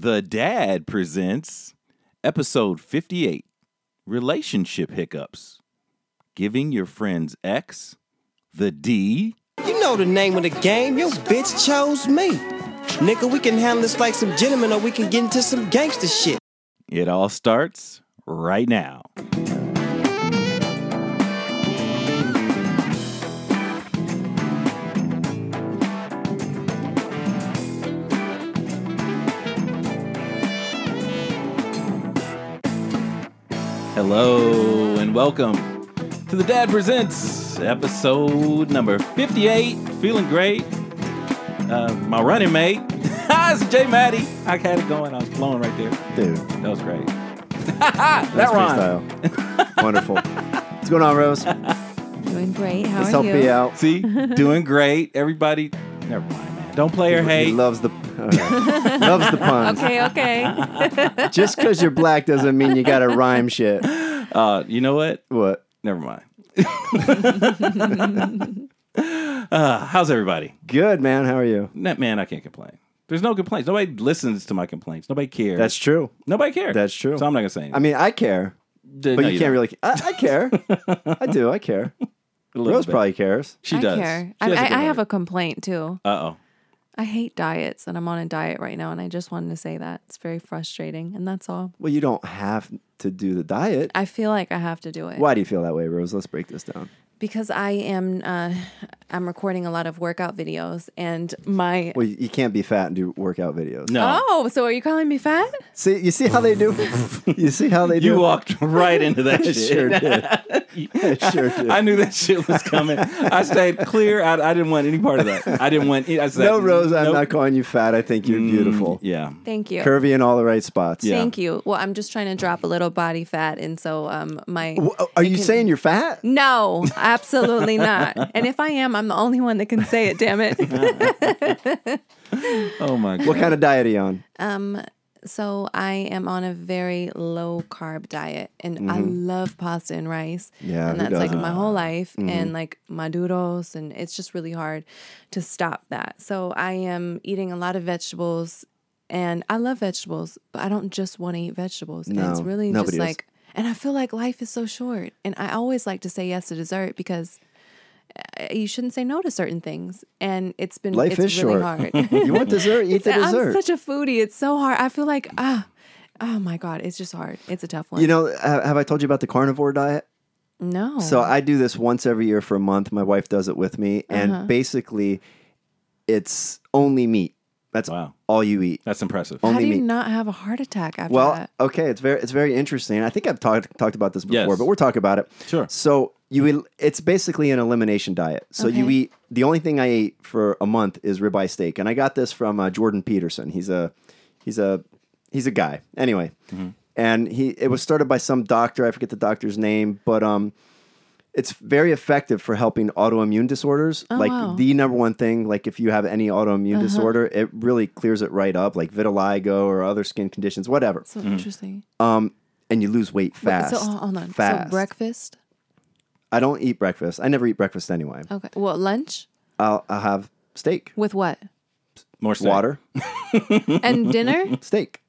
The Dad presents episode 58 Relationship Hiccups. Giving your friend's ex the D. You know the name of the game. Your bitch chose me. Nigga, we can handle this like some gentlemen or we can get into some gangster shit. It all starts right now. Hello and welcome to the Dad Presents episode number 58. Feeling great. Uh, my running mate, it's Jay Maddie. I had it going. I was flowing right there. Dude, That was great. that's that rhymed. freestyle. Wonderful. What's going on, Rose? Doing great. How Let's are help you? me out. See, doing great. Everybody, never mind, man. Don't play her He hate. loves the all right. loves the puns. Okay, okay. Just because you're black doesn't mean you got to rhyme shit. Uh, you know what? What? Never mind. uh, how's everybody? Good man. How are you? Net man, I can't complain. There's no complaints. Nobody listens to my complaints. Nobody cares. That's true. Nobody cares. that's true. So I'm not gonna say anything. I mean, I care, but you, can't really. I, I care. I do. I care. Rose probably cares. She I does. care. I, I, I have a complaint too. Uh oh. I hate diets, and I'm on a diet right now, and I just wanted to say that it's very frustrating, and that's all. Well, you don't have to do the diet. I feel like I have to do it Why do you feel that way, Rose? Let's break this down. because I am. Uh, I'm recording a lot of workout videos, and my. Well, you you can't be fat and do workout videos. No. Oh, so are you calling me fat? See, you see how they do. you see how they do. You walked right into that I shit. sure did. I sure did. I knew that shit was coming. I stayed clear. I, I didn't want any part of that. I didn't want. Any, I said, No, Rose, I'm nope. Mm, not calling you fat. I think you're beautiful. Yeah. Thank you. Curvy in all the right spots. Yeah. Thank you. Well, I'm just trying to drop a little body fat, and so um, my. W- oh, Are you saying you're fat? No, absolutely not. And if I am, I'm the only one that can say it. Damn it. Oh my god. What kind of diet are you on? So I am on a very low carb diet, and I love pasta and rice. Mm-hmm. Yeah, who and that's like doesn't? Mm-hmm. my whole life, and like maduros, and it's just really hard to stop that. So I am eating a lot of vegetables, and I love vegetables, but I don't just want to eat vegetables. and it's No, really just nobody is. like, and I feel like life is so short, and I always like to say yes to dessert because. uh, You shouldn't say no to certain things, and it's been Life it's is really short. hard. You want dessert? Eat the Yeah, dessert. I'm such a foodie. It's so hard. I feel like ah, oh my god, it's just hard. It's a tough one. you know, ha- have I told you about the carnivore diet? no. So I do this once every year for a month. My wife does it with me. And Uh-huh. basically, it's only meat. That's Wow. all you eat. That's impressive. how do only you meat. not have a heart attack after Well, that? okay, it's very it's very interesting. I think I've talked talked about this before, Yes. but we'll talk about it. Sure. So you el- it's basically an elimination diet. So you Okay. eat the only thing I ate for a month is ribeye steak, and I got this from uh, Jordan Peterson. He's a he's a he's a guy. Anyway, Mm-hmm. and he it was started by some doctor. I forget the doctor's name, but um. It's very effective for helping autoimmune disorders. like Oh, wow. Uh-huh. the number one thing, like if you have any autoimmune disorder, it really clears it right up, like vitiligo or other skin conditions, whatever So interesting. and you lose weight Wait, fast. So oh, hold on. Fast. So breakfast. I don't eat breakfast. I never eat breakfast anyway. Okay. Well, lunch I'll, I'll have steak, with what? More steak. water, And dinner. steak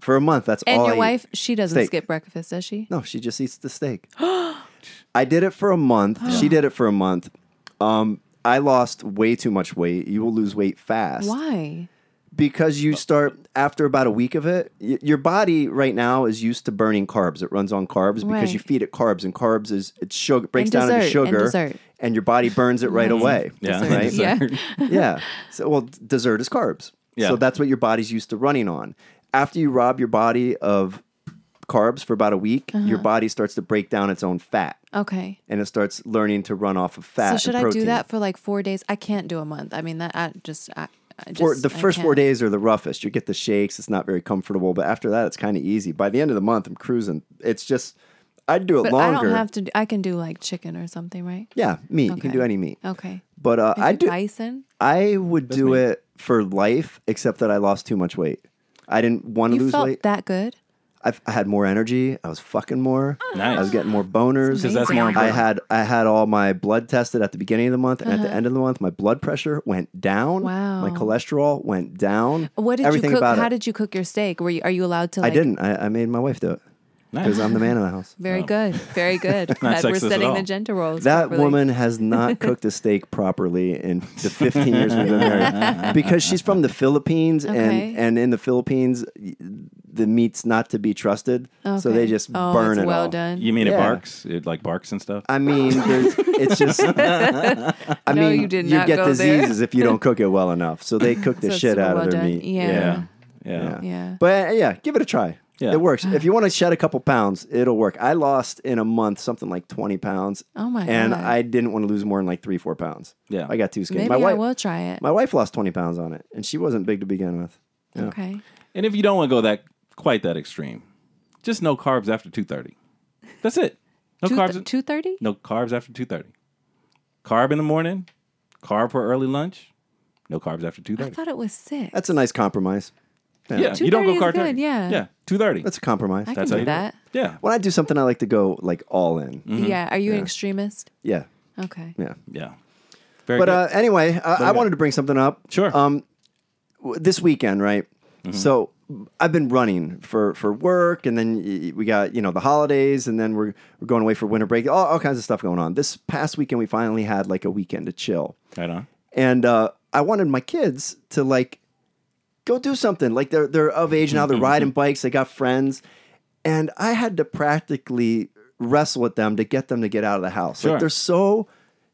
for a month. That's and all. your I eat. wife, she doesn't Steak. skip breakfast, does she? No, she just eats the steak. I did it for a month. She did it for a month. Um, I lost way too much weight. You will lose weight fast. Why? Because Oh. you start after about a week of it, y- your body right now is used to burning carbs. It runs on carbs because you Right. feed it carbs, and carbs is it's sugar breaks And down into dessert, and sugar, dessert. and your body burns it right away. Yeah. Dessert. right? Yeah. yeah. So, well, d- dessert is carbs. Yeah. So that's what your body's used to running on. After you rob your body of carbs for about a week, Uh-huh. your body starts to break down its own fat Okay. and it starts learning to run off of fat. Oh. So and should I do protein. that for like four days? I can't do a month. I mean, that I just I, I just For the I first four can't. days are the roughest. You get the shakes. It's not very comfortable, but after that, it's kind of easy. By the end of the month, I'm cruising. It's just, I'd do it But longer. I don't have to. Do, I can do like chicken or something, right? yeah, meat. You can Okay. do any meat. Okay. But uh, I Maybe do. bison. I would do me. it for life, except that I lost too much weight. I didn't want to You lose felt weight. that good? I I've, I had more energy. I was fucking more. Nice. I was getting more boners. Because that's more amazing. I important. had I had all my blood tested at the beginning of the month and at the end of the month. My blood pressure went down. Uh-huh. Wow. My cholesterol went down. What did Everything you cook? About How it. did you cook your steak? Were you, are you allowed to? I Like, didn't. I, I made my wife do it because Nice. I'm the man of the house. Very good. Very good. sexist Glad we're at setting all. the gender roles. That properly. woman has not cooked a steak properly in the 15 years we've been married because she's from the Philippines Okay. and and in the Philippines y- the meat's not to be trusted, so they Okay. just oh, burn it's it well all. done. You mean it Yeah. barks? It like barks and stuff? I mean, there's, it's just. I No, mean, you did not get go there. diseases if you don't cook it well enough. So they cook the So it's shit out well of their done. meat. Yeah. yeah. yeah. Yeah. Yeah. But uh, yeah, give it a try. Yeah. It works. If you want to shed a couple pounds, it'll work. I lost in a month something like 20 pounds. Oh my And God. I didn't want to lose more than like three, four pounds. Yeah. I got too skinny. Maybe my I wife, will try it. My wife lost 20 pounds on it, and she wasn't big to begin with. Okay. And if you don't want to go that quite that extreme, just no carbs after 2:30. That's it. No carbs. Two thirty. no carbs after 2:30. Carb in the morning, carb for early lunch, no carbs after I 2:30. thought it was six. That's a nice compromise. Yeah, you don't 2:30 go is carb. good, dirty. yeah. Yeah, 2:30. That's a compromise. I can That's how do you Mm-hmm. do it. that. yeah. when I do something, I like to go like all in. Yeah. Are you an extremist? Yeah. Okay. Yeah. Yeah. Very But good. uh, anyway, I, I got? wanted to bring something up. Sure. Mm-hmm. Um, w- this weekend, right? So I've been running for for work, and then y- we got you know the holidays, and then we're we're going away for winter break. All, all kinds of stuff going on. This past weekend, we finally had like a weekend to chill, right on. and uh, I wanted my kids to like go do something. Like they're they're of age now. They're riding bikes. They got friends, and I had to practically wrestle with them to get them to get out of the house. Sure. Like they're so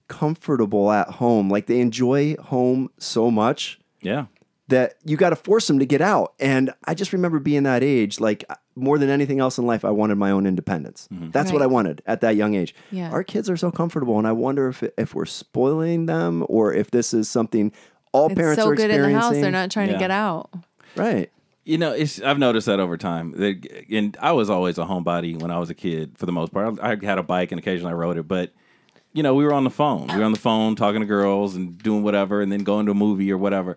comfortable at home. Like they enjoy home so much Yeah. that you got to force them to get out. And I just remember being that age, like more than anything else in life, I wanted my own independence. Mm-hmm. That's what Right. I wanted at that young age. Yeah. Our kids are so comfortable, and I wonder if if we're spoiling them or if this is something all It's parents so are good in experiencing. the house. They're not trying Yeah. to get out. right. You know, it's I've noticed that over time. That- And I was always a homebody when I was a kid, for the most part. I I had a bike, and occasionally I rode it. But you know, we were on the phone. We were on the phone talking to girls and doing whatever, and then going to a movie or whatever.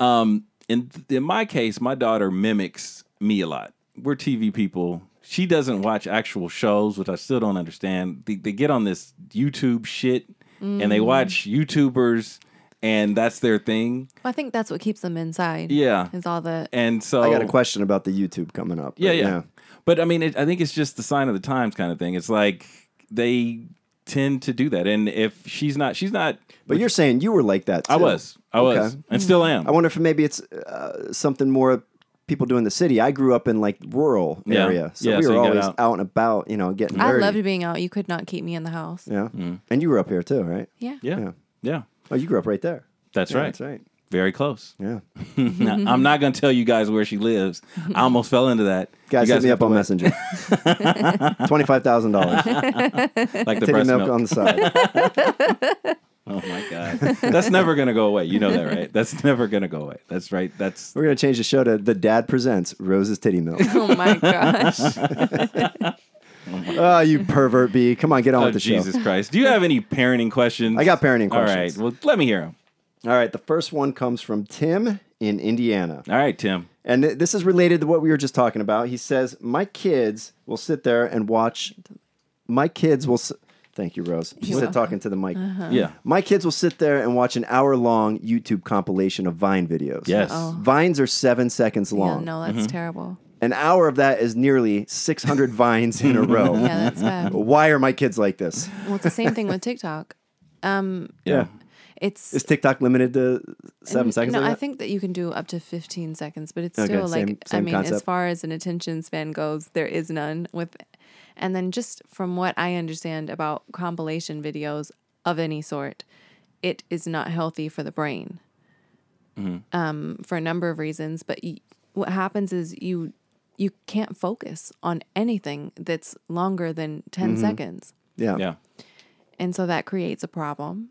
Um, in in my case, my daughter mimics me a lot. We're TV people. She doesn't watch actual shows, which I still don't understand. They, they get on this YouTube shit and they Mm. watch YouTubers, and that's their thing. Well, I think that's what keeps them inside. Yeah. Is all the And so I got a question about the YouTube coming up. Oh. yeah, right yeah. now. But I mean, it, I think it's just the sign of the times kind of thing. It's like they tend to do that, and if she's not, she's not. But you're saying you were like that. I too. was, I was, Okay. and still am. I wonder if maybe it's uh, something more people do in the city. I grew up in like rural Yeah. area, so Yeah, we so were you got always out. out. and about, you know, getting I dirty. loved being out. You could not keep me in the house. Yeah. Mm-hmm. And you were up here too, right? Yeah. yeah, yeah, Yeah. Oh, you grew up right there. That's Yeah, right. That's right. Very close. Yeah. Now, I'm not going to tell you guys where she lives. I almost fell into that. Guys, you hit me have up to on wait. Messenger. Twenty-five thousand dollars. like the Titty breast milk, milk. on the side. Oh my god, that's never going to go away. You know that, right? That's never going to go away. That's right. That's We're gonna change the show to "The Dad Presents Rose's Titty Milk." Oh my gosh. oh, you pervert B! Come on, get on oh with the Jesus show. Christ. Do you have any parenting questions? I got parenting All right. questions. Well, let me hear them. All right, the first one comes from Tim in Indiana. All right, Tim. And th- this is related to what we were just talking about. He says, "My kids will sit there and watch. My kids will. S- Thank you, Rose. She said, talking to the mic. Yeah. My kids will sit there and watch an hour-long YouTube compilation of Vine videos. Yes. Uh-oh. Vines are seven seconds Yeah, long. no, that's terrible. An hour of that is nearly 600 vines in a row. Yeah, that's bad. Why are my kids like this? Well, it's the same thing with TikTok. Yeah. It's Is TikTok limited to seven seconds? No, like I that? think that you can do up to 15 seconds, but it's Okay, still like same- I same mean, as concept. far as an attention span goes, there is none with and then just from what I understand about compilation videos of any sort, it is not healthy for the brain. Mm-hmm. Um, for a number of reasons, but y- what happens is you you can't focus on anything that's longer than 10 Mm-hmm. seconds. Yeah. yeah. Yeah. And so that creates a problem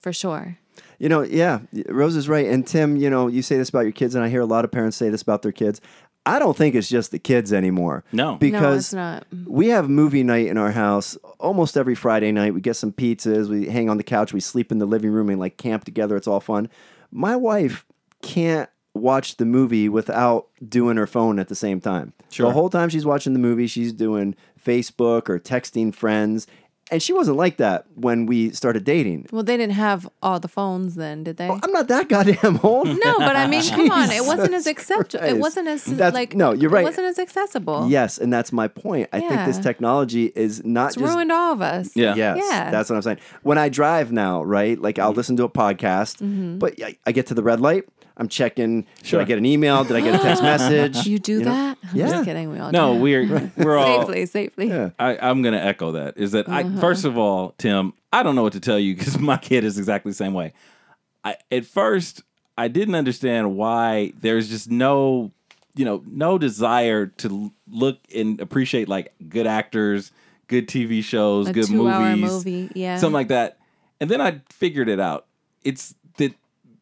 for sure. You know, yeah, Rose is right. And Tim, you know, you say this about your kids, and I hear a lot of parents say this about their kids. I don't think it's just the kids anymore. No. No, no, Because it's not. we have movie night in our house almost every Friday night. We get some pizzas, we hang on the couch, we sleep in the living room and like camp together. It's all fun. My wife can't watch the movie without doing her phone at the same time. Sure. The whole time she's watching the movie, she's doing Facebook or texting friends. And she wasn't like that when we started dating. Well, they didn't have all the phones then, did they? I'm not that goddamn old. no, but I mean, come on, it wasn't as Jesus acceptable. It Christ. wasn't as That's- like no, you're right. It wasn't as accessible. Yes, and that's my point. I think this Yeah. technology is not it's just ruined all of us. Yeah. Yes, Yeah. that's what I'm saying. When I drive now, right? Like I'll listen to a podcast, Mm-hmm. but I, I get to the red light. I'm checking. Sure. Did I get an email? Did I get a text message? You do know? that? I'm Yeah. just kidding. We all No, do we're we're that. all safely, Mm-hmm. safely. Yeah. I, I'm going to echo that. Is that I first of all, Tim, I don't know what to tell you because my kid is exactly the same way. I at first I didn't understand why there's just no, you know, no desire to l- look and appreciate like good actors, good TV shows, A good two-hour movies, movie, yeah. something like that. And then I figured it out. It's that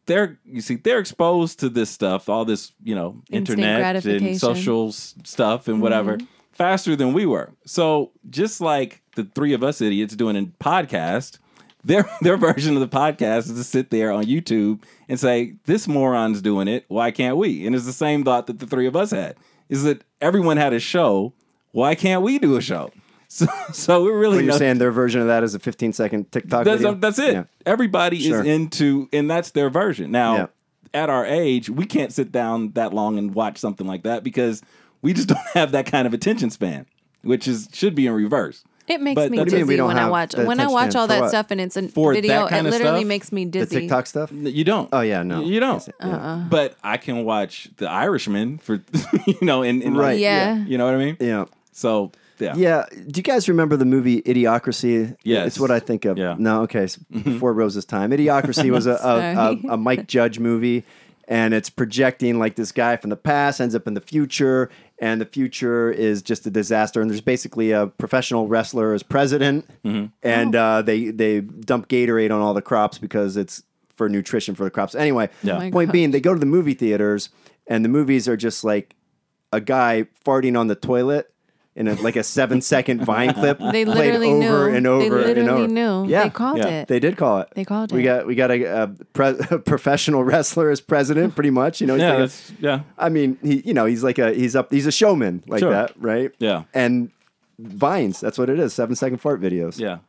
they're you see they're exposed to this stuff, all this you know, Instant internet and gratification. Mm-hmm. social social s- stuff and whatever faster than we were. So just like the three of us idiots doing a podcast, their their version of the podcast is to sit there on YouTube and say, "This moron's doing it. Why can't we?" And it's the same thought that the three of us had: is that everyone had a show. Why can't we do a show? So so we're really But you're no- saying their version of that is a 15 second TikTok that's, video. that's it. Yeah. Everybody Sure. is into, and that's their version. Now, Yeah. at our age, we can't sit down that long and watch something like that because we just don't have that kind of attention span, which is should be in reverse. It makes But me what do you dizzy mean we don't when I have watch the when I attention watch all span for that what? stuff and it's a For that video. It kind of literally stuff? makes me The dizzy. TikTok stuff. You don't. Oh, yeah, no. You don't. Yeah. Uh-uh. But I can watch The Irishman for you know, and, and Right. like, Yeah. you know what I mean. Yeah. So yeah, Yeah. Do you guys remember the movie Idiocracy? Yes. It's what I think of. Yeah. Mm-hmm. No, okay. It's Before Rose's time. Idiocracy was a, a, Sorry. a, a Mike Judge movie, and it's projecting like this guy from the past ends up in the future, and the future is just a disaster. And there's basically a professional wrestler as president, Mm-hmm. and Oh. uh, they, they dump Gatorade on all the crops because it's for nutrition for the crops. Anyway, Yeah. Oh my point gosh. being, they go to the movie theaters, and the movies are just like a guy farting on the toilet in a, like a seven second Vine clip They played literally over knew. and over They and literally over. knew. Yeah, They called Yeah. it. They did call it. They called We it. got we got a, a, pre- a professional wrestler as president, pretty much. You know, he's yeah, like a- that's, yeah. I mean, he you know he's like a he's up he's a showman like Sure. that, right? Yeah. and. Vines, that's what it is. Seven second fart videos. Yeah.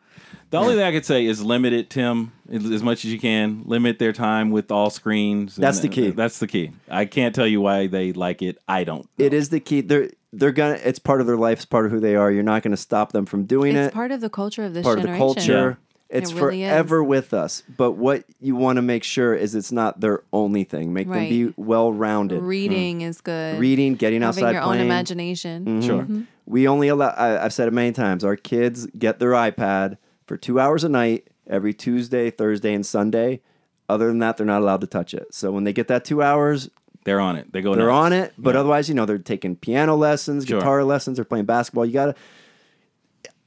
The only thing I could say is limit it, Tim, as as much as you can. Limit their time with all screens. uh, That's the key. That's the key. I can't tell you why they like it. I don't. It is the key. They're they're gonna. It's part of their life. It's part of who they are. You're not gonna stop them from doing it. it's part of the culture of this part of the generation. culture. It's It really is. forever with us. But what you want to make sure is it's not their only thing. Make them Right. be well rounded. Reading is good. Hmm. Reading, getting Having outside, your playing. Mm-hmm. own imagination. Sure. We only allow. I, I've said it many times. Our kids get their iPad for two hours a night every Tuesday, Thursday, and Sunday. Other than that, they're not allowed to touch it. So when they get that two hours, They're on it. They go. they're nuts. on it. But otherwise, you know, they're taking piano lessons, Sure. guitar lessons, they're playing basketball. You gotta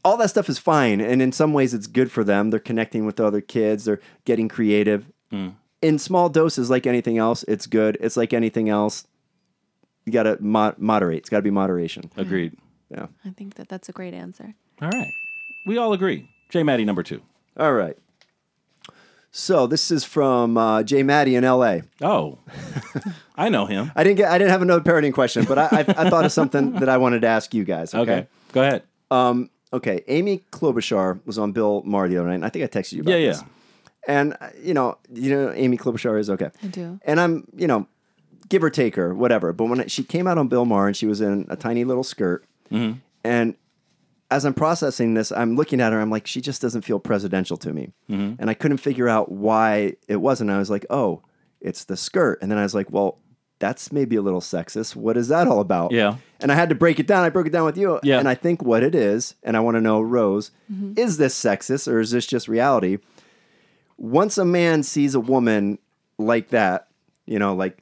all that stuff is fine. And in some ways it's good for them. They're connecting with other kids, they're getting creative. In small doses, like anything else, it's good. It's like anything else. You gotta mod- moderate. It's gotta be moderation. Agreed. Yeah. I think that that's a great answer. All right. We all agree. J. Maddie number two. All right. So this is from uh, Jay Maddie in LA. Oh, I know him. I didn't get. I didn't have another parenting question, but I, I, I thought of something that I wanted to ask you guys. Okay. okay. Go ahead. Um, okay, Amy Klobuchar was on Bill Maher the other night, and I think I texted you about Yeah, yeah. this. And uh, you know, you know, Amy Klobuchar is okay. I do. And I'm, you know, give or take her, whatever. But when I, she came out on Bill Maher, and she was in a tiny little skirt, Mm-hmm. and as I'm processing this, I'm looking at her. I'm like, she just doesn't feel presidential to me, Mm-hmm. and I couldn't figure out why it wasn't. I was like, oh, it's the skirt, and then I was like, well. That's maybe a little sexist. What is that all about? Yeah. And I had to break it down. I broke it down with you. Yeah. And I think what it is, and I want to know, Rose, Mm-hmm. is this sexist or is this just reality? Once a man sees a woman like that, you know, like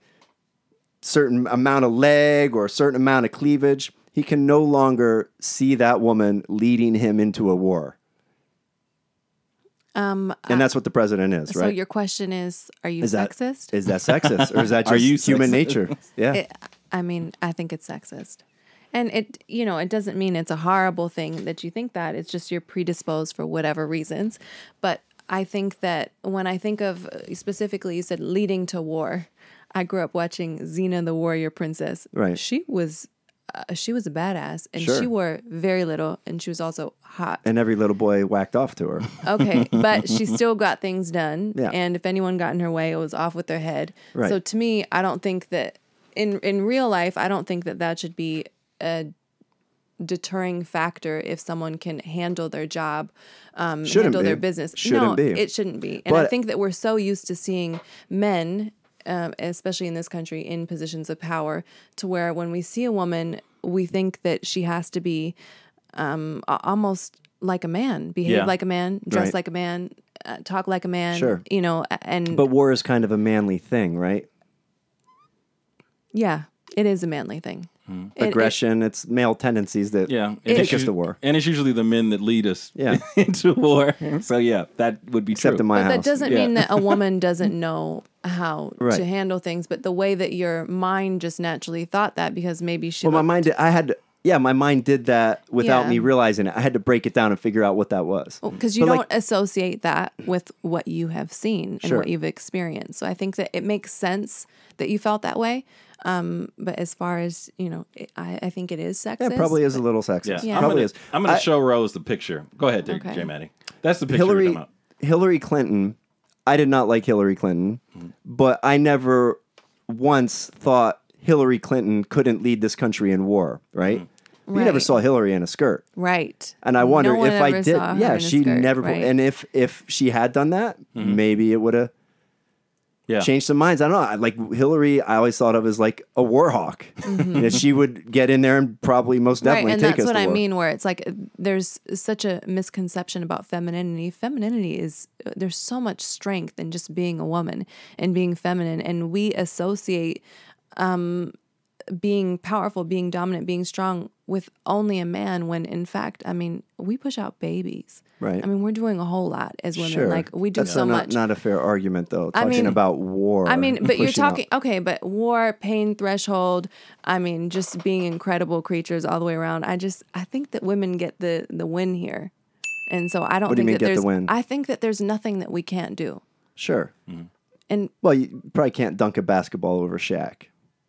certain amount of leg or a certain amount of cleavage, he can no longer see that woman leading him into a war. Um, And that's what the president is, so right? your question is, are you is that sexist? Is that sexist or is that just Are you human sexist? nature? Yeah. it, I mean, I think it's sexist. And it, you know, it doesn't mean it's a horrible thing that you think that. It's just you're predisposed for whatever reasons. But I think that when I think of uh, specifically, you said leading to war. I grew up watching Xena the Warrior Princess. Right. She was uh, she was a badass and Sure. she wore very little and she was also hot. And every little boy whacked off to her. Okay, but she still got things done. Yeah. And if anyone got in her way, it was off with their head. Right. So to me, I don't think that in in real life, I don't think that that should be a deterring factor if someone can handle their job, um, Shouldn't handle their be. business. Shouldn't no, be. it shouldn't be. And I But- think that we're so used to seeing men, um, especially in this country, in positions of power, to where when we see a woman, we think that she has to be um, a- almost like a man, behave Yeah. like a man, dress Right. like a man, uh, talk like a man. Sure. You know, a- and But war is kind of a manly thing, right? yeah, it is a manly thing. It- Hmm. it- Aggression, it's male tendencies that Yeah, and take it's us usu- to war. and it's usually the men that lead us Yeah. into war. So yeah, that would be Except true. in my but house. that doesn't Yeah. mean that a woman doesn't know how Right. to handle things, but the way that your mind just naturally thought that because maybe she. well, my looked- mind, did, I had, to- yeah, my mind did that without Yeah. me realizing it. I had to break it down and figure out what that was. because you But, don't like- associate that with what you have seen and Sure. what you've experienced. So I think that it makes sense that you felt that way. Um, but as far as you know, it, I, I think it is sexist. Yeah, probably is a little sexist. Yeah. I'm Probably gonna, is. I'm gonna I- show Rose the picture. Go ahead, J- Okay. J. Maddie. That's the picture. Hillary Hillary, up. Hillary Clinton. I did not like Hillary Clinton, Mm-hmm. but I never once thought Hillary Clinton couldn't lead this country in war. Right? Mm-hmm. You never Right. saw Hillary in a skirt, Right. and I wonder No one if I ever did. saw her Yeah, in a she skirt, never. right. And if if she had done that, maybe it would have Yeah, changed some minds. I don't know. I- Like Hillary, I always thought of as like a war hawk. You know, she would get in there and probably most Mm-hmm. Right, definitely and take that's us what to I war. mean. Where it's like uh, there's such a misconception about femininity. Femininity is uh, there's so much strength in just being a woman and being feminine, and we associate um, being powerful, being dominant, being strong with only a man. When in fact, I mean, we push out babies. Right. I mean, we're doing a whole lot as women. Sure, Like we do That's so not, much. Not a fair argument though. Talking mean- about war. I mean, and but you're pushing out- talking okay, but war, pain threshold. I mean, just being incredible creatures all the way around. I just I think that women get the the win here, and so I don't What do you think mean that get the there's. win? I think that there's nothing that we can't do, Sure. and Well, you probably can't dunk a basketball over Shaq.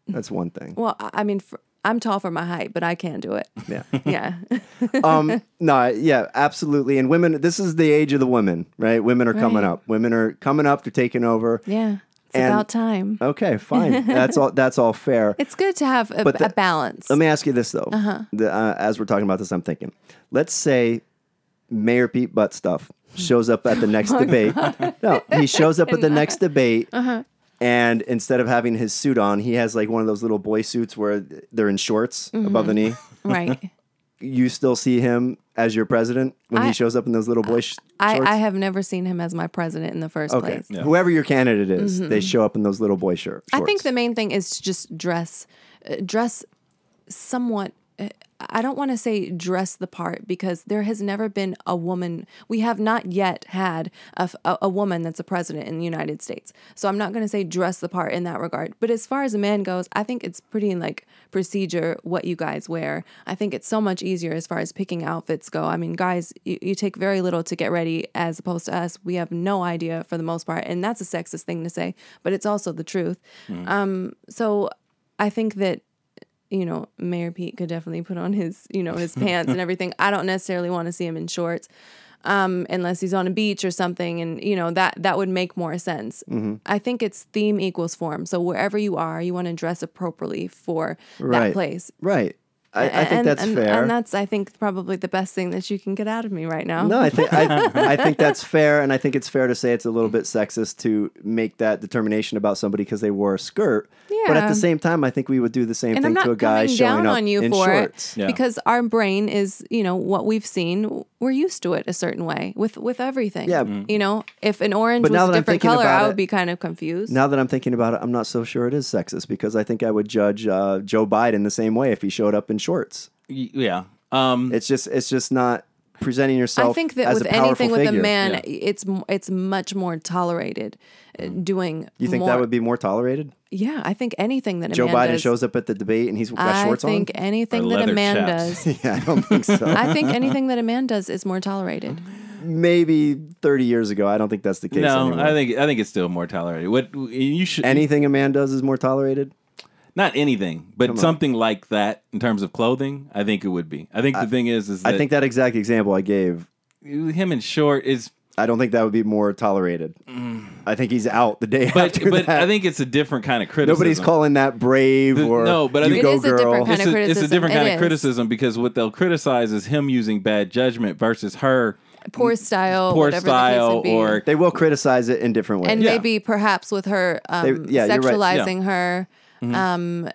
That's one thing. well, I I mean, for, I'm tall for my height, but I can't do it. Yeah. yeah, Um, no, yeah, absolutely. And women, this is the age of the women, right? Women are coming Right. up. Women are coming up. They're taking over. yeah. It's And- uh, about time. Okay, fine. that's all. That's all fair. It's Uh-huh. good to have a, But the- a balance. Let me ask you this though. The, uh, as we're talking about this, I'm thinking. Let's say Mayor Pete Butt stuff shows up at the next Oh, debate. No, he shows up at the next debate. Uh-huh. And instead of having his suit on, he has like one of those little boy suits where they're in shorts Mm-hmm. above the knee. right. you still see him as your president when I- he shows up in those little boy sh- I, shorts? I have never seen him as my president in the first okay. place. Whoever your candidate is, they show up in those little boy shir- shorts. Mm-hmm. I think the main thing is to just dress, uh, dress somewhat. uh, I don't want to say dress the part because there has never been a woman. We have not yet had a, f- a- a woman that's a president in the United States. So I'm not going to say dress the part in that regard. But as far as a man goes, I think it's pretty like procedure what you guys wear. I think it's so much easier as far as picking outfits go. I mean, guys, you, you take very little to get ready as opposed to us. We have no idea for the most part. And that's a sexist thing to say, but it's also the truth. Um, so I think that you know, Mayor Pete could definitely put on his, you know, his pants and everything. I don't necessarily want to see him in shorts, um, unless he's on a beach or something, and you know that that would make more sense. Mm-hmm. I think it's theme equals form. So wherever you are, you want to dress appropriately for right that place. Right. I, I think and, that's and, fair. and that's I think probably the best thing that you can get out of me right now. no, I think I, I think that's fair, and I think it's fair to say it's a little bit sexist to make that determination about somebody because they wore a skirt. But at Yeah. the same time, I think we would do the same and I'm thing not to a guy coming showing down up on you in for shorts. it Yeah. because our brain is, you know, what we've seen. We're used to it a certain way with with everything. Yeah. Mm-hmm. Mhm. you know, if an orange But was now a that I'm different thinking color, about I it- would be kind of confused. Now that I'm thinking about it, I'm not so sure it is sexist because I think I would judge uh, Joe Biden the same way if he showed up in shorts. Y- yeah. Um, It's just it's just not presenting yourself. I think that as with a powerful anything with figure. a man, Yeah. it's m- it's much more tolerated uh, Mm-hmm. doing. you think that would be more tolerated? Yeah, I think anything that a Joe man Biden does, shows up at the debate and he's got I shorts think anything Or that a leather man chaps. does. on. Yeah, I don't think so. I think anything that a man does is more tolerated. maybe 30 years ago. I don't think that's the case. No, anymore. I think I think it's still more tolerated. What you should anything a man does is more tolerated. not anything, but something like that in terms of clothing. I think it would be. I think the thing is, is that I think that exact example I gave, him in short is. I don't think that would be more tolerated. I think he's out the day But after but that. I think it's a different kind of criticism. Nobody's calling that brave The- or no, but I you think- go It is a girl. different kind it's of a, it's a criticism. different It kind of is. criticism because what they'll criticize is him using bad judgment versus her poor style, poor whatever the case may style be. or they will criticize it in different ways. and Yeah. maybe perhaps with her um, They- yeah, you're right. Yeah. Mm-hmm. sexualizing her, um,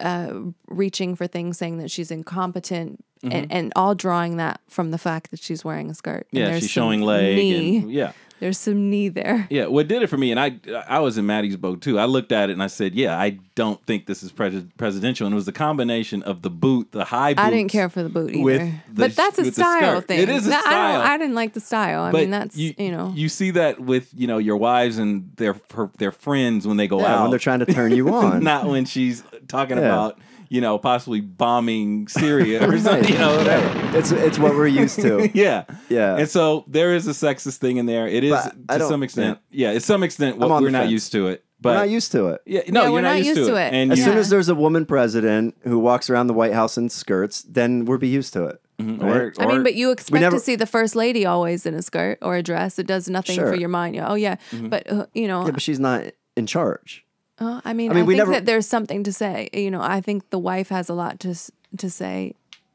uh, reaching for things, saying that she's incompetent, and, and all drawing that from the fact that she's wearing a skirt. Mm-hmm. And yeah, there's she's some showing leg. knee. And, yeah. There's some knee there. Yeah, what did it for me, and I I was in Maddie's boat too. I looked at it and I said, "Yeah, I don't think this is pres- presidential." And it was the combination of the boot, the high. Boots. I didn't care for the boot either, with the but sh- that's a with the style skirt. thing. It is a That- I, style. don't, I didn't like the style. I mean, that's you, know, you see that with you know your wives and their her, their friends when they go Yeah, out when they're trying to turn you on. not when she's talking Yeah. about you know possibly bombing Syria or something, you know, whatever. it's it's what we're used to. Yeah, Yeah. and so there is a sexist thing in there. It is But I to don't- some extent, yeah, to some extent, what, I'm on we're the not fence. used to it. But We're not used to it. yeah, no, Yeah, you're we're not, used, to it. And As you- soon Yeah. as there's a woman president who walks around the White House in skirts, then we'll be used to it. Mm-hmm. or- right? I or- mean, but you expect never- to see the first lady always in a skirt or a dress. It does nothing Sure. for your mind. You're, Oh yeah, Mm-hmm. but uh, you know, Yeah, but she's not in charge. uh, I mean, I, I mean, we think never- that there's something to say. You know, I think the wife has a lot to s- to say.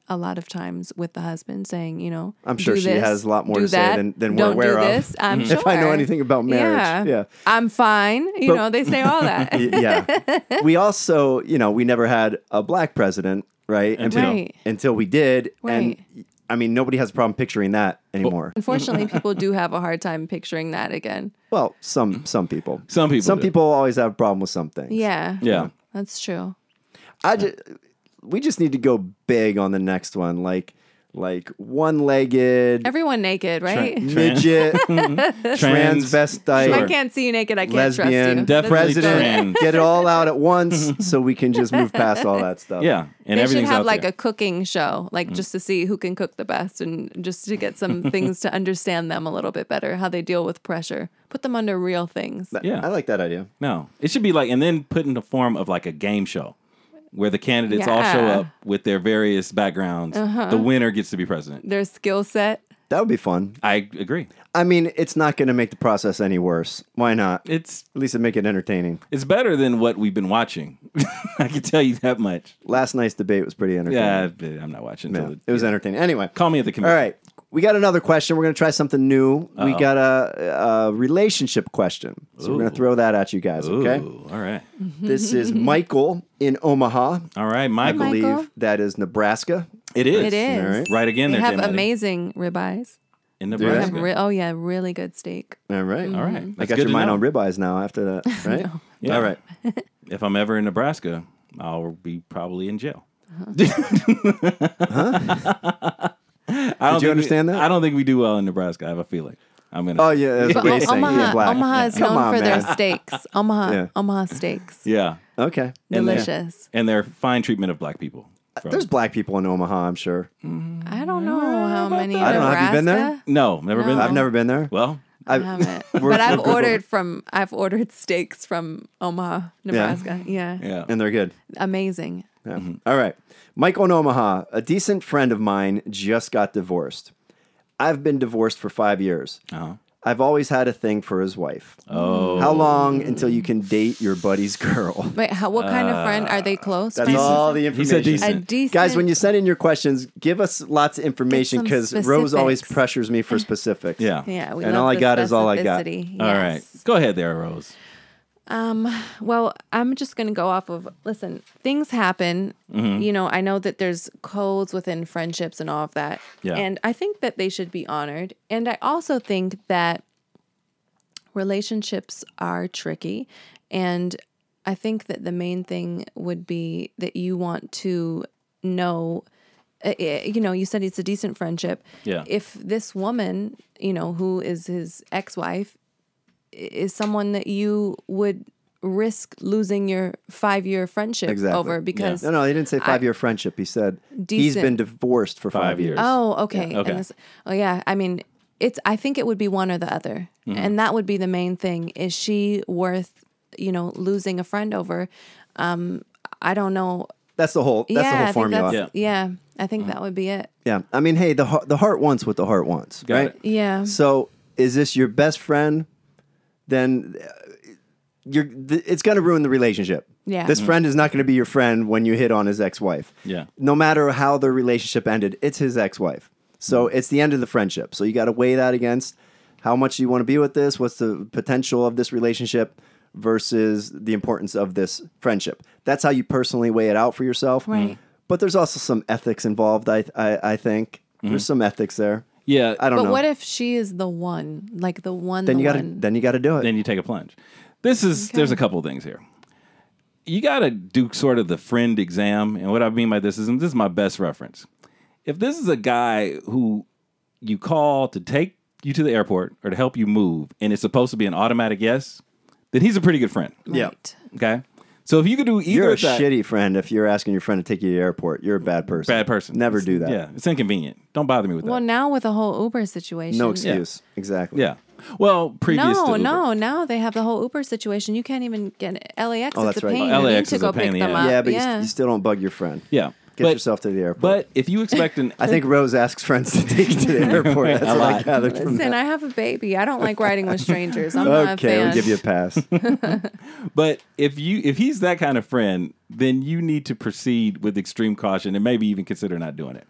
A lot of times with the husband saying, you know, I'm sure "Do she this, has a lot more do to say that, than- than we're don't aware do of." This. I'm sure. If I know anything about marriage, yeah. I'm fine. You But- know, they say all that. Y- yeah. we also, you know, we never had a black president, right? Until Right. until we did, Right. and I mean, nobody has a problem picturing that anymore. Unfortunately, people do have a hard time picturing that again. Well, some some people, Some people some do. people always have a problem with something. Yeah. yeah. That's true. I just, we just need to go big on the next one, like like one-legged Everyone naked, right? midget, Trans- transvestite. Sure. I can't see you naked. I can't Lesbian, trust you. Definitely president, trans. get it all out at once, so we can just move past all that stuff. Yeah, and They should everything's have out like there. a cooking show, Mm. like just to see who can cook the best and just to get some things to understand them a little bit better, how they deal with pressure. Put them under real things. Yeah. I like that idea. no. It should be like, and then put in the form of like a game show where the candidates all show Yeah. Uh-huh. up with their various backgrounds. The winner gets to be president. Their skill set. That would be fun. I agree. I mean, it's not going to make the process any worse. Why not? At It's least it make it entertaining. it's better than what we've been watching. I can tell you that much. Last night's debate was pretty entertaining. Yeah, but I'm not watching. Yeah, until the- it was entertaining. Anyway, Call me at the all committee. right. We got another question. We're going to try something new. We got a, a relationship question. So we're going to throw that at you guys, okay? Ooh, all right. This is Michael in Omaha. All right, I Michael. believe Michael. that is Nebraska. It is. It is. All right. Right again They there, have Jay Maddie. amazing ribeyes. in you They Nebraska. have Mm-hmm. re- oh yeah, really good steak. All right. Mm-hmm. All right. I That's got good your to mind know. on ribeyes now after that, right? Yeah. All right. If I'm ever in Nebraska, I'll be probably in jail. I don't Did you think we- understand that? I don't think we do well in Nebraska. I have a feeling. I'm gonna. Oh, yeah. That's But what you're saying. Omaha, Yeah, black. Omaha is Come known on, for man. their steaks. Omaha, Yeah. Omaha steaks. yeah. Okay. And their- Delicious. And their fine treatment of black people. from- Uh, There's black people in Omaha, I'm sure. I don't know how many. I don't know. Have you been there? Nebraska? no, never been. No. there. I've never been there. Well, I I've- haven't. we're- but I've we're Googling. ordered from I've ordered steaks from Omaha, Nebraska. Yeah. yeah. And they're good. Amazing. Yeah. Mm-hmm. All right. Michael in Omaha, a decent friend of mine just got divorced. I've been divorced for five years. Uh-huh. I've always had a thing for his wife. Oh. How long until you can date your buddy's girl? Wait, how, what kind of friend are they close? Uh, That's friends? all the He information. said A decent. decent Guys, when you send in your questions, give us lots of information Get because some Rose always specifics. pressures me for specifics. Yeah. yeah, we and love all I the got is all I got. specificity. All right. Yes. Go ahead there, Rose. Well, I'm just going to go off of listen, things happen. Mm-hmm. You know, I know that there's codes within friendships and all of that. Yeah. And I think that they should be honored. And I also think that relationships are tricky. And I think that the main thing would be that you want to know. uh, uh, You know, you said it's a decent friendship. Yeah. If this woman, you know, who is his ex wife, is someone that you would risk losing your five year friendship Exactly. over because No, no, he didn't say five year friendship. He said he's Decent. been divorced for five, Five years. oh okay, okay. And this- oh yeah I mean it's I think it would be one or the other. And that would be the main thing. Is she worth, you know, losing a friend over? Um, I don't know. That's the whole. That's yeah, the I whole think formula. Yeah. that's- yeah. Mm-hmm. I think that would be it. I mean, hey, the heart, the heart wants what the heart wants, Got right? it. Yeah. So, is this your best friend? Then uh, you're. Th- it's going to ruin the relationship. Yeah. This Mhm. friend is not going to be your friend when you hit on his ex-wife. Mm-hmm. Yeah. No matter how their relationship ended, it's his ex-wife. So Mm-hmm. it's the end of the friendship. So you got to weigh that against how much you want to be with this. What's the potential of this relationship versus the importance of this friendship? That's how you personally weigh it out for yourself. Mm-hmm. Right. But there's also some ethics involved. I I, I think there's some ethics there. Mm-hmm. Yeah. I don't But know. what if she is the one, like the one? then the you got to one? then you got to do it. then you take a plunge. This is there's a couple things here. You got to do sort of the friend exam, and what I mean by this is and this is my best reference. If this is a guy who you call to take you to the airport or to help you move, and it's supposed to be an automatic yes, then he's a pretty good friend. yeah. Right. Okay, so if you could do either You're a of that, shitty friend if you're asking your friend to take you to the airport. You're a bad person. bad person, Never It's- do that. Yeah, it's inconvenient. Don't bother me with Well, that. now with the whole Uber situation, No excuse. Exactly. Yeah. Well, previous to No, Uber. no. Now they have the whole Uber situation. You can't even get LAX. Oh, it's that's a right. pain. Oh, I need LAX to is go a pain pick in the them ass. up. Yeah, but you, st- you still don't bug your friend. Yeah. Get But- yourself to the airport. But if you expect an, I think Rose asks friends to take you to the airport. That's what I gathered from Listen, that. I have a baby. I don't like riding with strangers. I'm not a Okay, fan. we'll give you a pass. But if you if he's that kind of friend, then you need to proceed with extreme caution and maybe even consider not doing it.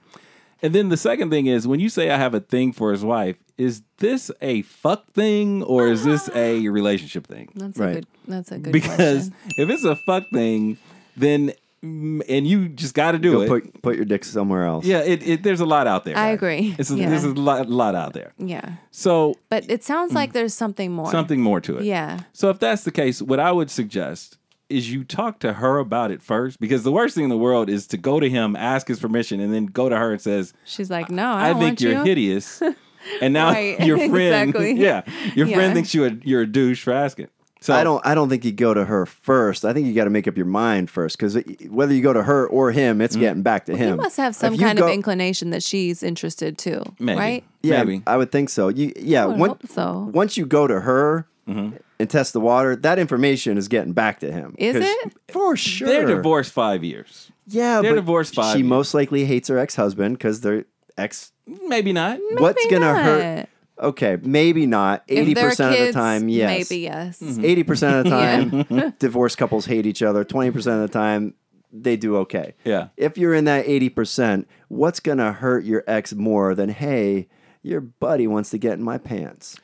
And then the second thing is when you say I have a thing for his wife, is this a fuck thing or is this a relationship thing? that's Right. a good. That's a good Because question. if it's a fuck thing, then mm, and you just got to do Go it. put, put your dick somewhere else. yeah, it, it, there's a lot out there. I right? agree. It's a, Yeah. There's a lot, lot out there. Yeah, So but it sounds like there's something more. something more to it. Yeah. So if that's the case, what I would suggest is you talk to her about it first because the worst thing in the world is to go to him, ask his permission, and then go to her and says, She's like, no, I, "I, don't think want you're you. hideous," and now Right, your friend, exactly. yeah, your Yeah. friend thinks you a, you're a douche for asking. So I don't. I don't think you go to her first. I think you got to make up your mind first, because whether you go to her or him, Mm. it's getting back to him. You must have some If you kind go- of inclination that she's interested too, maybe, right? Yeah, maybe. I would think so. You, yeah, would one- hope so. once you go to her Mm-hmm. and test the water, that information is getting back to him. Is 'Cause- it? For sure. They're divorced five years, Yeah, They're but divorced five She years. most likely hates her ex husband because their ex. maybe not. what's Maybe gonna not. hurt? Okay, maybe not. Eighty If they're percent of the kids, time, yes. Maybe yes. Mm-hmm. Eighty percent of the time, divorced couples hate each other. Twenty percent of the time, they do okay. Yeah. If you're in that eighty percent, what's gonna hurt your ex more than hey, your buddy wants to get in my pants?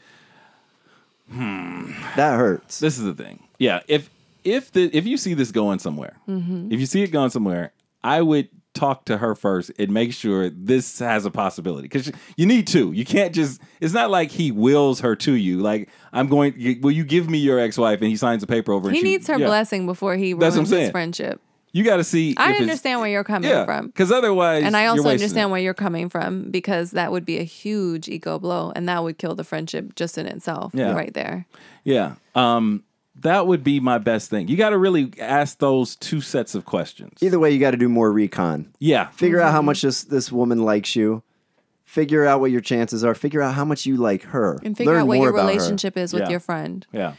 That hurts. Hmm. This is the thing. Yeah, if if the if you see this going somewhere, Mm-hmm. if you see it going somewhere, I would talk to her first and make sure this has a possibility because you need to. You can't just. It's not like he wills her to you. Like I'm going. You, will you give me your ex wife? And he signs a paper over. and He she- needs her yeah. blessing before he That's ruins what I'm saying. his friendship. You got to see. if I it's- understand where you're coming Yeah, from. because otherwise, And I you're also wasting understand it. where you're coming from because that would be a huge ego blow and that would kill the friendship just in itself Yeah. right there. Yeah. Um. That would be my best thing. You got to really ask those two sets of questions. Either way, you got to do more recon. yeah. Figure out how Mm-hmm. much this this woman likes you. Figure out what your chances are. Figure out how much you like her. And figure Learn out what more your about her. relationship is with Yeah. your friend. Yeah.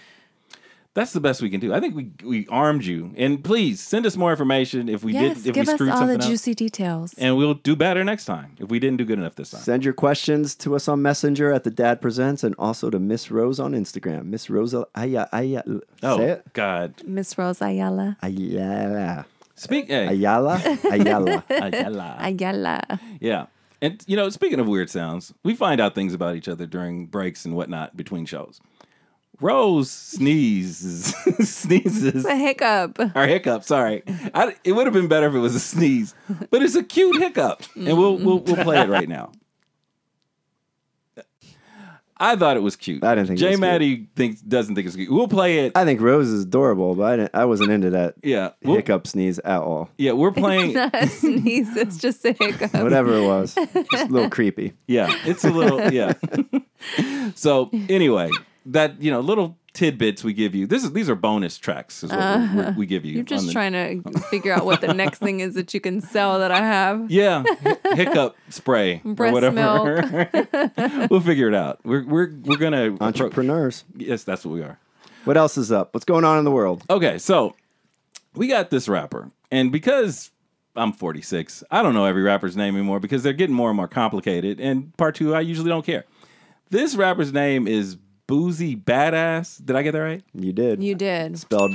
That's the best we can do. I think we we armed you. And please send us more information if we yes, did if give we us screwed all the something up. juicy details. And we'll do better next time if we didn't do good enough this time. Send your questions to us on Messenger at the Dad Presents and also to Miss Rose on Instagram. Miss Rose, Ayala, Ayala. oh Say it. God. Miss Rose Ayala. Ayala. Speak hey. Ayala. Ayala. Ayala. Ayala. yeah. And you know, speaking of weird sounds, we find out things about each other during breaks and whatnot between shows. Rose sneezes sneezes. The hiccup. Or hiccup, sorry. I, it would have been better if it was a sneeze, but it's a cute hiccup, and we'll we'll, we'll play it right now. I thought it was cute. I didn't think it Jay was cute. Maddie thinks doesn't think it's cute. We'll play it. I think Rose is adorable, but I, didn't, I wasn't into that yeah, we'll- hiccup sneeze at all. Yeah, we're It's playing. not a sneeze, it's just a hiccup. Whatever it was. Just a little creepy. Yeah, it's a little. Yeah. so anyway, that you know, little tidbits we give you. This is these are bonus tracks is what we- we, we give you. Uh, You're on just the- trying to figure out what the next thing is that you can sell that I have. Yeah, hi- hiccup spray or Breast whatever. we'll figure it out. We're we're we're gonna appro- Entrepreneurs. Yes, that's what we are. What else is up? What's going on in the world? Okay, so we got this rapper, and because I'm 46, I don't know every rapper's name anymore because they're getting more and more complicated. And part two, I usually don't care. This rapper's name is Boozy Badass. Did I get that right? You did. You did. Spelled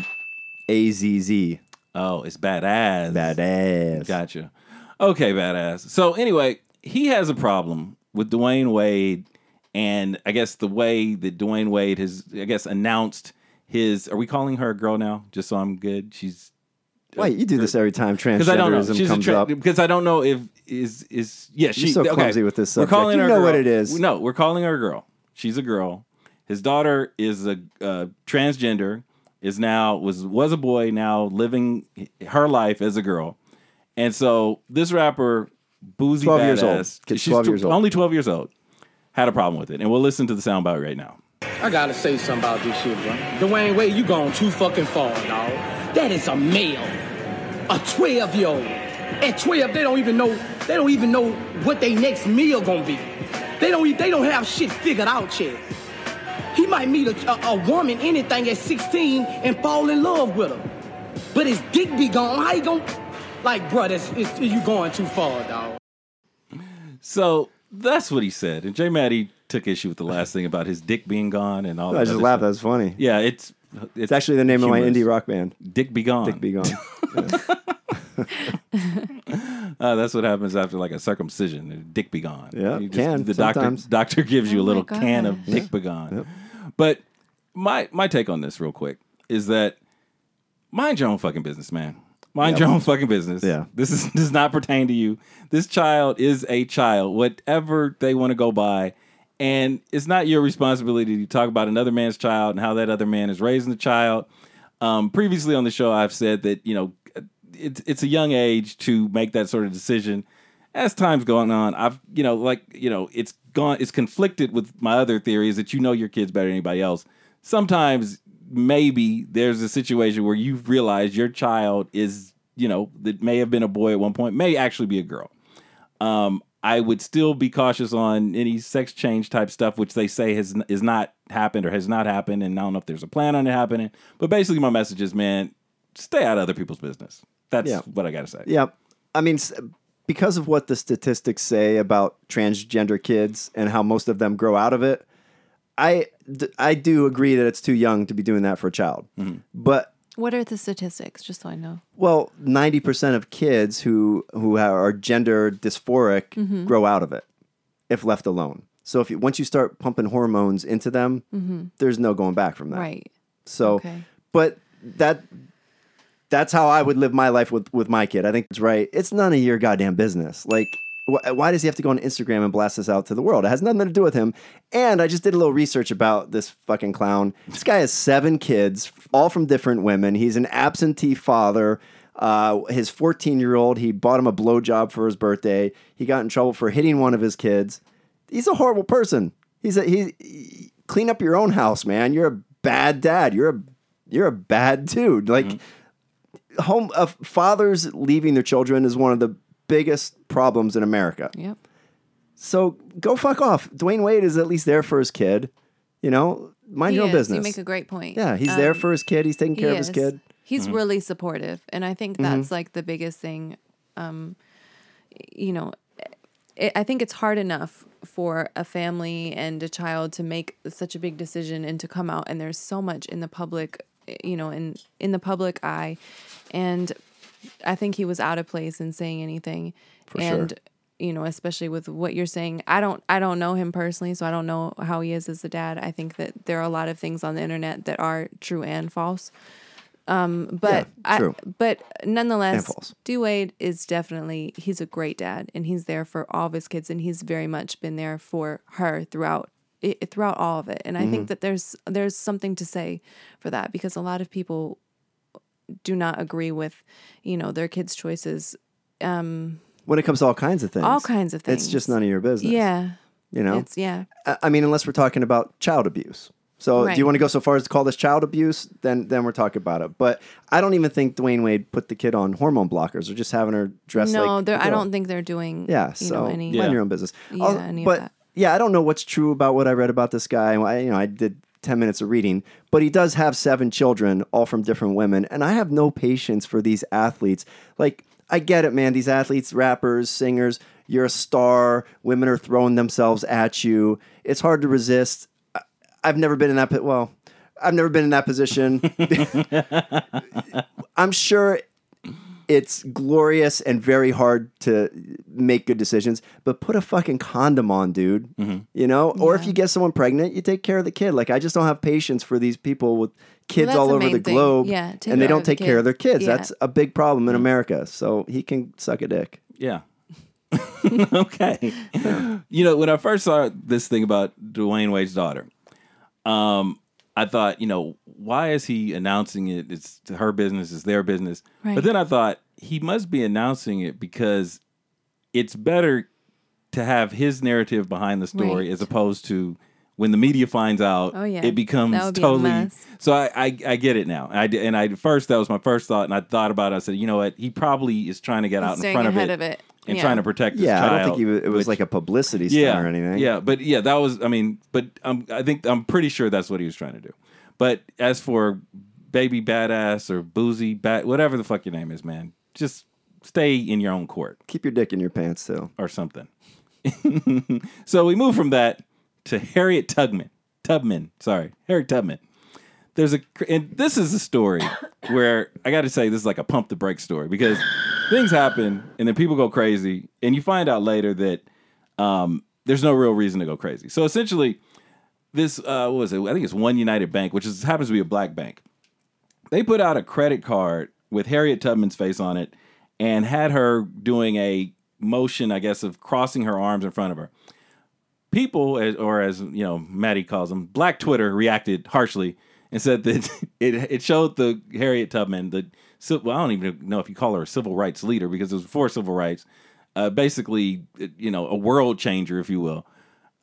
A Z Z. Oh, it's Badass. Badass. Gotcha. Okay, badass. So anyway, he has a problem with Dwayne Wade, and I guess the way that Dwayne Wade has, I guess, announced his. Are we calling her a girl now? Just so I'm good. She's Wait, you do this every time transgenderism because I don't know. She's a comes tra- up. because I don't know if is is yeah. She's so clumsy with this subject. We're calling You her know girl. what it is. No, we're calling her a girl. She's a girl. His daughter is a uh, transgender. Is now was was a boy. Now living her life as a girl. And so this rapper, Boozy 12 Badass, years old. Kid's 12 tw- years old. only twelve years old, had a problem with it. And we'll listen to the soundbite right now. I gotta say something about this shit, bro. Dwayne Wade, you gone too fucking far, dog. That is a male, a 12 year old. At 12, they don't even know. They don't even know what their next meal gonna be. They don't. e- They don't have shit figured out yet. He might meet a, a, a woman, anything, at 16 and fall in love with her. But his dick be gone. How you gon' Like, bro, that's, it's, you going too far, dog. So that's what he said. And Jay Maddie took issue with the last thing about his dick being gone and all. that I just other laughed. stuff. That was funny. Yeah, it's It's actually the name of humorous. my indie rock band. Dick Be Gone. Dick Be Gone. Uh, that's what happens after like a circumcision. Dick Be Gone. Yeah, You can, the sometimes. doctor doctor gives you Oh a little my can of gosh. Dick Be Gone. But my my take on this real quick is that mind your own fucking business, man. Mind your own fucking business. Yeah. This is does not pertain to you. This child is a child, whatever they want to go by. And it's not your responsibility to talk about another man's child and how that other man is raising the child. Um, previously on the show, I've said that, you know, it's, it's a young age to make that sort of decision. As time's going on, I've, you know, like, you know, it's gone, it's conflicted with my other theories that you know your kids better than anybody else. Sometimes maybe there's a situation where you realize your child is, you know, that may have been a boy at one point, may actually be a girl. Um, I would still be cautious on any sex change type stuff, which they say has is not happened or has not happened, and I don't know if there's a plan on it happening. But basically, my message is, man, stay out of other people's business. That's Yeah. what I gotta say. Yeah. I mean, s- because of what the statistics say about transgender kids and how most of them grow out of it, I, d- I do agree that it's too young to be doing that for a child. But, What are the statistics? Just so I know. well, 90% of kids who, who are gender dysphoric grow out of it if left alone. So if you, once you start pumping hormones into them, there's no going back from that. Right. So, Okay. but that that's how I would live my life with with my kid. I think it's right. It's none of your goddamn business. Like, wh- why does he have to go on Instagram and blast this out to the world? It has nothing to do with him. And I just did a little research about this fucking clown. This guy has seven kids, all from different women. He's an absentee father. Uh, his 14 year old, he bought him a blowjob for his birthday. He got in trouble for hitting one of his kids. He's a horrible person. He's a he. he- Clean up your own house, man. You're a bad dad. You're a you're a bad dude. Like home uh, fathers leaving their children is one of the biggest problems in America. Yep. So go fuck off. Dwayne Wade is at least there for his kid. You know, mind your own Yes, business. You make a great point. yeah, he's Um, there for his kid. He's taking care of his is. kid. Mm-hmm. He's really supportive, and I think that's like the biggest thing. Um, you know, it, I think it's hard enough for a family and a child to make such a big decision and to come out, and there's so much in the public, eh, you know, in in the public eye, and I think he was out of place in saying anything, and. sure. You know, especially with what you're saying, I don't, I don't know him personally, so I don't know how he is as a dad. I think that there are a lot of things on the internet that are true and false but Yeah, true. I, but And nonetheless, false. D Wade is definitely he's a great dad, and he's there for all of his kids, and he's very much been there for her throughout it, throughout all of it. And I Mm-hmm. think that there's there's something to say for that because a lot of people do not agree with you know their kids' choices, When it comes to all kinds of things, all kinds of things. It's just none of your business. yeah, you know. it's yeah, I I mean, unless we're talking about child abuse, So do Right. you want to go so far as to call this child abuse? Then then we're talking about it. But I don't even think Dwayne Wade put the kid on hormone blockers or just having her dress no, like. they're- a I girl. don't think they're doing. Yeah. you so know, any. mind Yeah. your own business. Yeah, I'll- any of but that. yeah, I don't know what's true about what I read about this guy. and I, you know, I did ten minutes of reading, but he does have seven children, all from different women, and I have no patience for these athletes. Like I get it, man. These athletes, rappers, singers. You're a star. Women are throwing themselves at you. It's hard to resist. I- I've never been in that. po- Well, I've never been in that position. I'm sure it's glorious and very hard to make good decisions, but put a fucking condom on, dude. Mm-hmm. You know, or if you get someone pregnant, you take care of the kid. Like I just don't have patience for these people with kids that's all the over main the thing. globe, Yeah, take and they care don't of the take care of their kids. kids. That's a big problem Mm-hmm. in America. So he can suck a dick. Yeah. okay. You know, when I first saw this thing about Dwayne Wade's daughter, um, I thought, you know, why is he announcing it? It's her business, it's their business. But Right. then I thought he must be announcing it because it's better to have his narrative behind the story Right. as opposed to when the media finds out, Oh, yeah. it becomes That would be a totally. mess. So I, I I get it now. I did, and I at first that was my first thought, and I thought about it. I said, you know what? He probably is trying to get out in staying front ahead it of it. and Yeah. trying to protect his Yeah, child. I don't think he, it was which- like a publicity stunt yeah, or anything. Yeah, but yeah, that was. I mean, but um, I think I'm pretty sure that's what he was trying to do. But as for baby badass or boozy bat, whatever the fuck your name is, man, just stay in your own court keep your dick in your pants too. or something. so we move from that to Harriet Tubman. Tubman, sorry, Harriet Tubman. There's a, and this is a story where I got to say this is like a pump the brake story because things happen and then people go crazy and you find out later that um, there's no real reason to go crazy. So essentially, this uh, what was it? I think it's One United Bank, which is, happens to be a black bank. They put out a credit card with Harriet Tubman's face on it and had her doing a motion, I guess, of crossing her arms in front of her. People, as, or as you know, Maddie calls them, Black Twitter reacted harshly and said that it it showed the Harriet Tubman, the ci- well, I don't even know if you call her a civil rights leader because it was before civil rights, uh, basically, you know, a world changer, if you will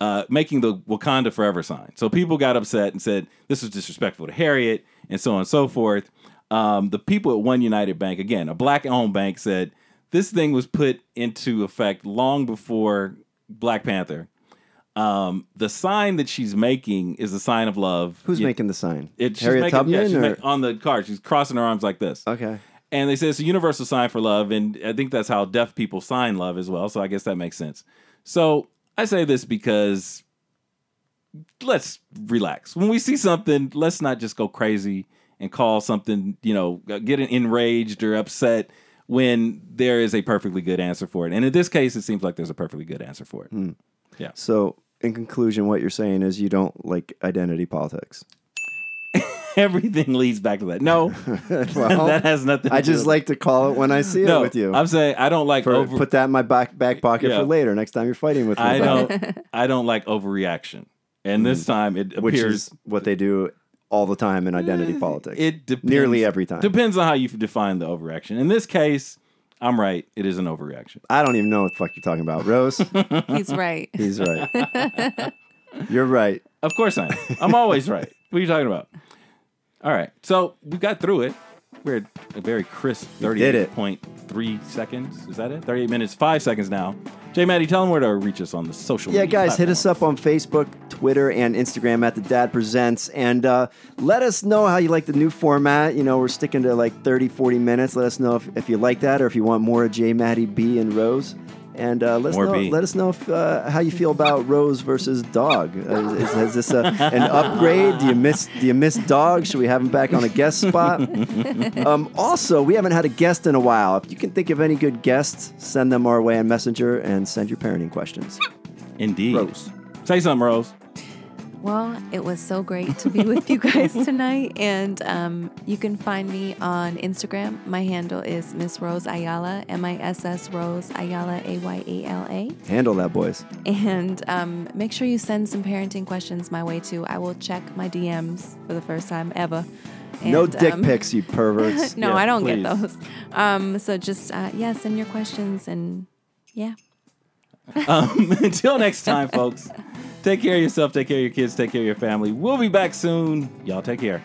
uh, making the Wakanda Forever sign. So people got upset and said this was disrespectful to Harriet and so on and so forth. Um, the people at One United Bank, again, a black owned bank, said this thing was put into effect long before Black Panther. Um, the sign that she's making is a sign of love. Who's You- making the sign? it? She's Harriet making, Tubman yeah, she's or- making- on the card. She's crossing her arms like this. okay. And they say it's a universal sign for love. And I think that's how deaf people sign love as well. So I guess that makes sense. So I say this because let's relax. When we see something, let's not just go crazy and call something, you know, get enraged or upset when there is a perfectly good answer for it. And in this case, it seems like there's a perfectly good answer for it. So in conclusion, what you're saying is you don't like identity politics. Everything leads back to that. No, Well, that has nothing to I do just with like to call it when I see no, it with you. I'm saying I don't like For- over put that in my back back pocket Yeah. for later. Next time you're fighting with me, I about it, don't I don't like overreaction. And this time it appears Mm. which is what they do all the time in identity politics. Uh, it depends, Nearly every time. Depends on how you define the overreaction. In this case, I'm right. It is an overreaction. I don't even know what the fuck you're talking about, Rose. He's right. he's right. you're right. Of course I am. I'm always right. What are you talking about? All right. So we got through it. We're at a very crisp did it. 38.3 seconds. Is that it? 38 minutes, 5 seconds now. J Maddie, tell them where to reach us on the social Yeah, media guys, hit platforms. us up on Facebook, Twitter, and Instagram at the Dad Presents, and uh, let us know how you like the new format. You know, we're sticking to like 30, 40 minutes. Let us know if, if you like that, or if you want more of J. Maddie B and Rose. And uh, let us More know. B. Let us know if, uh, how you feel about Rose versus Dog. Uh, is, is this a, an upgrade? Do you miss Do you miss Dog? Should we have him back on a guest spot? Um, also, we haven't had a guest in a while. If you can think of any good guests, send them our way on Messenger and send your parenting questions. Indeed. Rose. Say something, Rose. Well, it was so great to be with you guys tonight. And um, you can find me on Instagram. My handle is Miss Rose Ayala, M I S S Rose Ayala, A Y A L A. Handle that, boys. And um, make sure you send some parenting questions my way too. I will check my DMs for the first time ever. no And, dick um, pics, you perverts. No, Yeah, I don't get please. those. Um, so just, uh, yeah, send your questions and yeah. Until next time, folks. Take care of yourself. Take care of your kids. Take care of your family. We'll be back soon. Y'all take care.